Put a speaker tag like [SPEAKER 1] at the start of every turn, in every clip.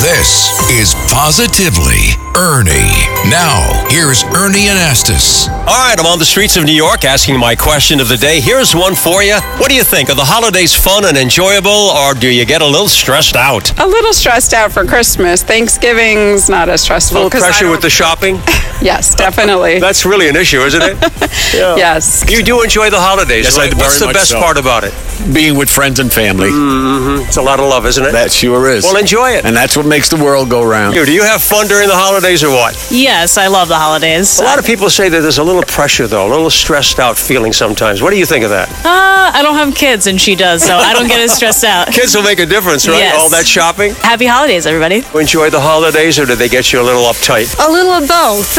[SPEAKER 1] This is Positively Ernie. Now, here's Ernie Anastas.
[SPEAKER 2] All right, I'm on the streets of New York asking my question of the day. Here's one for you. What do you think? Are the holidays fun and enjoyable, or do you get a little stressed out?
[SPEAKER 3] a little stressed out for Christmas. Thanksgiving's not as stressful.
[SPEAKER 2] A little
[SPEAKER 3] 'cause I
[SPEAKER 2] pressure
[SPEAKER 3] don't-
[SPEAKER 2] with the shopping?
[SPEAKER 3] Yes, definitely.
[SPEAKER 2] That's really an issue, isn't it?
[SPEAKER 3] yes.
[SPEAKER 2] You do enjoy the holidays,
[SPEAKER 4] Yes, I
[SPEAKER 2] right? What's
[SPEAKER 4] very
[SPEAKER 2] the
[SPEAKER 4] much
[SPEAKER 2] best
[SPEAKER 4] so.
[SPEAKER 2] part about it?
[SPEAKER 4] being with friends and family.
[SPEAKER 2] It's a lot of love, isn't it?
[SPEAKER 4] That sure is.
[SPEAKER 2] Mm. Well, enjoy it.
[SPEAKER 4] And that's what makes the world go round.
[SPEAKER 2] You, do you have fun during the holidays or what?
[SPEAKER 5] Yes, I love the holidays. Uh,
[SPEAKER 2] A lot of people say that there's a little pressure, though, a little stressed out feeling sometimes. What do you think of that?
[SPEAKER 5] Uh, I don't have kids, and she does, so I don't get as stressed out.
[SPEAKER 2] Kids will make a difference, right?
[SPEAKER 5] Yes.
[SPEAKER 2] All that shopping.
[SPEAKER 5] Happy holidays, everybody.
[SPEAKER 2] Enjoy the holidays, or do they get you a little uptight?
[SPEAKER 6] A little of both.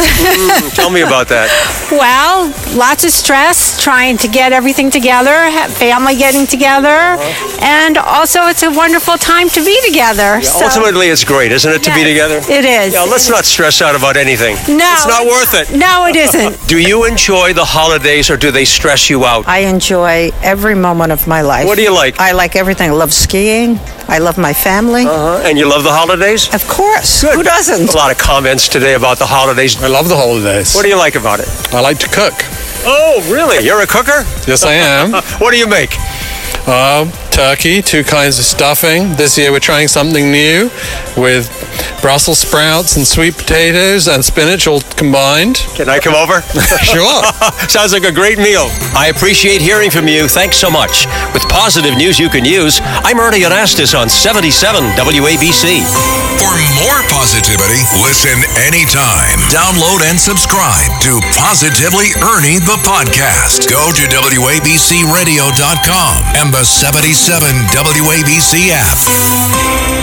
[SPEAKER 2] Tell me about that.
[SPEAKER 6] well, lots of stress trying to get everything together, ha- family getting together,
[SPEAKER 2] Uh-huh.
[SPEAKER 6] and also it's a wonderful time to be together. so-
[SPEAKER 2] Ultimately, it's great, isn't it, to be
[SPEAKER 6] Yes,
[SPEAKER 2] together?
[SPEAKER 6] It is.
[SPEAKER 2] Yeah, let's not stress out about anything.
[SPEAKER 6] no,
[SPEAKER 2] It's not worth it.
[SPEAKER 6] No, it isn't.
[SPEAKER 2] Do you enjoy the holidays or do they stress you out?
[SPEAKER 7] I enjoy every moment of my life.
[SPEAKER 2] What do you like?
[SPEAKER 7] I like everything. I love skiing. I love my family.
[SPEAKER 2] Uh-huh. And you love the holidays?
[SPEAKER 7] Of course. Who doesn't?
[SPEAKER 2] A lot of comments today about the holidays.
[SPEAKER 8] I love the holidays.
[SPEAKER 2] What do you like about it?
[SPEAKER 8] I like Uh, to cook.
[SPEAKER 2] Oh, really? You're a cooker?
[SPEAKER 8] Yes, I am.
[SPEAKER 2] What do you make?
[SPEAKER 8] um, turkey, two kinds of stuffing. This year we're trying something new with Brussels sprouts and sweet potatoes and spinach all combined.
[SPEAKER 2] Can I come over?
[SPEAKER 8] Sure.
[SPEAKER 2] Sounds like a great meal. I appreciate hearing from you. Thanks so much. With positive news you can use, I'm Ernie Anastas on 77 WABC.
[SPEAKER 1] For more positivity, listen anytime. Download and subscribe to Positively Ernie the podcast. Go to WABCRadio.com and the 77 WABC app.